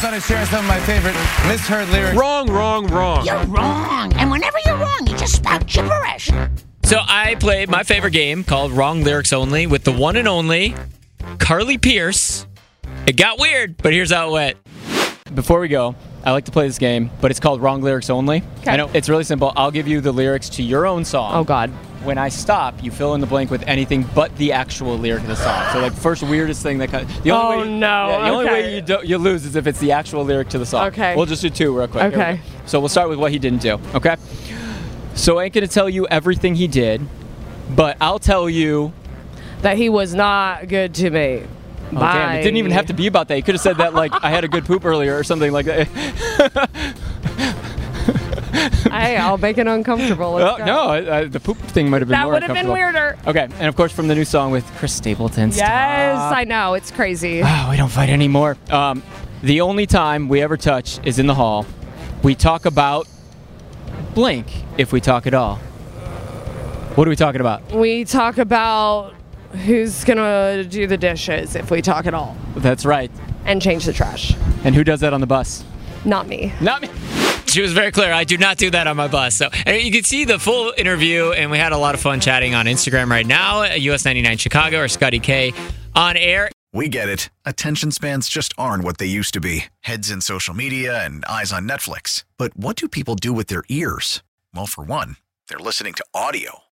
thought I'd share some of my favorite misheard lyrics. Wrong, wrong, wrong. You're wrong. And whenever you're wrong, you just spout gibberish. So I played my favorite game called Wrong Lyrics Only with the one and only Carly Pierce. It got weird, but here's how it went. Before we go, I like to play this game, but it's called Wrong Lyrics Only. I know it's really simple. I'll give you the lyrics to your own song. Oh, God. When I stop, you fill in the blank with anything but the actual lyric of the song. So like first weirdest thing that comes. The only Oh, way, no. Yeah, the only Okay. way you do, you lose is if it's the actual lyric to the song. Okay. We'll just do two real quick. Here we Okay. go. So we'll start with what he didn't do. Okay. So I ain't gonna tell you everything he did, but I'll tell you. That he was not good to me. Oh, damn, it didn't even have to be about that. You could have said that like I had a good poop earlier or something like that. Hey, I'll make it uncomfortable. Let's Oh, go. no, I, I, the poop thing might have been That more would have been uncomfortable. weirder. Okay, and of course from the new song with Chris Stapleton. Yes, Stop. I know. It's crazy. Oh, we don't fight anymore. Um, the only time we ever touch is in the hall. We talk about blank if we talk at all. What are we talking about? We talk about who's going to do the dishes if we talk at all That's right. and change the trash. And who does that on the bus? Not me. Not me. She was very clear. I do not do that on my bus. So and you can see the full interview, and we had a lot of fun chatting on Instagram right now at US 99 Chicago or Scotty K on air. We get it. Attention spans just aren't what they used to be heads in social media and eyes on Netflix. But what do people do with their ears? Well, for one, they're listening to audio.